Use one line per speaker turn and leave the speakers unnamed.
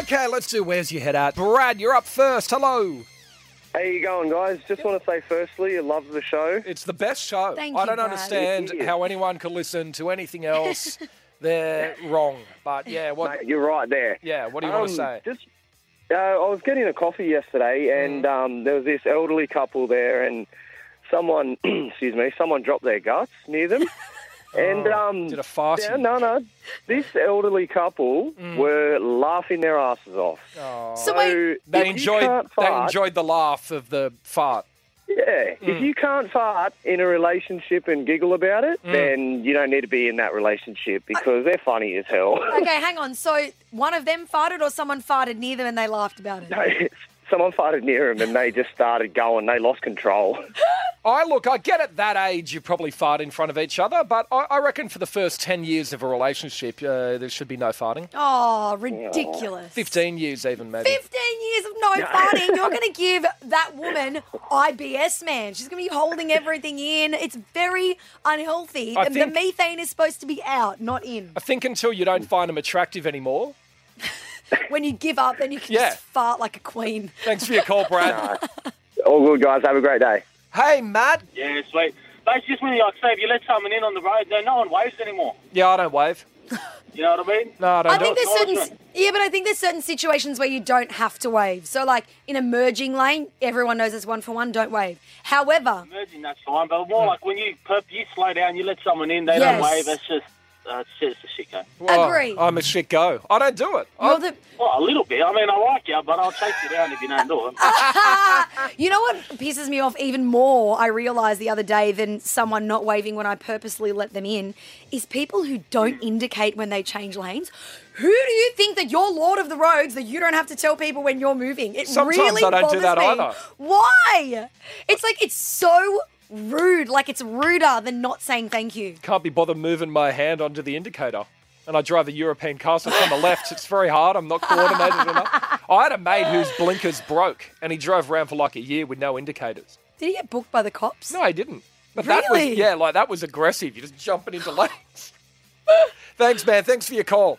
Okay, let's do Where's Your Head At? Brad, you're up first. Hello.
How you going, guys? Just want to say, firstly, I love the show.
It's the best show.
Thank
I
you,
don't
Brad.
understand
It is.
how anyone could listen to anything else. They're wrong. But yeah, what
Mate, you're right there.
yeah, what do you want to say?
Um, Just, uh, I was getting a coffee yesterday, and
Mm-hmm.
um, there was this elderly couple there, and someone, excuse me, someone dropped their guts near them, and um,
Oh, Did a fast.
yeah, no, no, this elderly couple
Mm.
were laughing their asses off.
So wait,
if
They
you
enjoyed
can't
they
fart-
enjoyed Mm. the laugh of the fart.
Yeah, if you can't fart in a relationship and giggle about it,
Mm.
then you don't need to be in that relationship because they're funny as hell.
okay, hang on. So one of them farted, or someone farted near them, and they laughed about it.
Someone farted near him and they just started going. They lost control.
I look, I get at that age you probably fart in front of each other, but I, I reckon for the first 10 years of a relationship, uh, there should be no farting.
Oh, ridiculous!
15 years, even maybe.
15 years of no farting. You're going to give that woman IBS, man. She's going to be holding everything in. It's very unhealthy.
I
The, the
think-
methane is supposed to be out, not in.
I think until you don't find them attractive anymore.
When you give up, then you can
Yeah.
just fart like a queen.
Thanks for your call, Brad.
All good, guys. Have a great day.
Hey, Matt.
Yeah, sweet. That's just when you like say if you let someone in on the road, then no one waves anymore.
Yeah, I don't wave.
You know what I mean?
No, I don't
I
do
think
it.
there's certain yeah, but I think there's certain situations where you don't have to wave. So like in a merging lane, everyone knows it's one for one. Don't wave. However,
Merging, that's fine. But more like when you perp, you slow down, you let someone in, they
Yes.
don't wave. That's just uh, it's just a shit game.
Well,
agree.
I'm a shit go. I don't do it. I-
you're the
Well, a little bit. I mean, I like you, but I'll chase you down if you don't do it.
You know what pisses me off even more, I realised the other day, than someone not waving when I purposely let them in, is people who don't indicate when they change lanes. Who do you think that you're Lord of the Roads that you don't have to tell people when you're moving? It
Sometimes
really
I don't do
bothers
that
me.
either.
Why? It's like it's so rude. Like it's ruder than not saying thank you.
can't be bothered moving my hand onto the indicator. And I drive a European car, so it's on the left. It's very hard. I'm not coordinated enough. I had a mate whose blinkers broke, and he drove around for like a year with no indicators.
Did he get booked by the cops?
No, he didn't. But that
Really?
was yeah, like that was aggressive. You're just jumping into lanes. Thanks, man. Thanks for your call.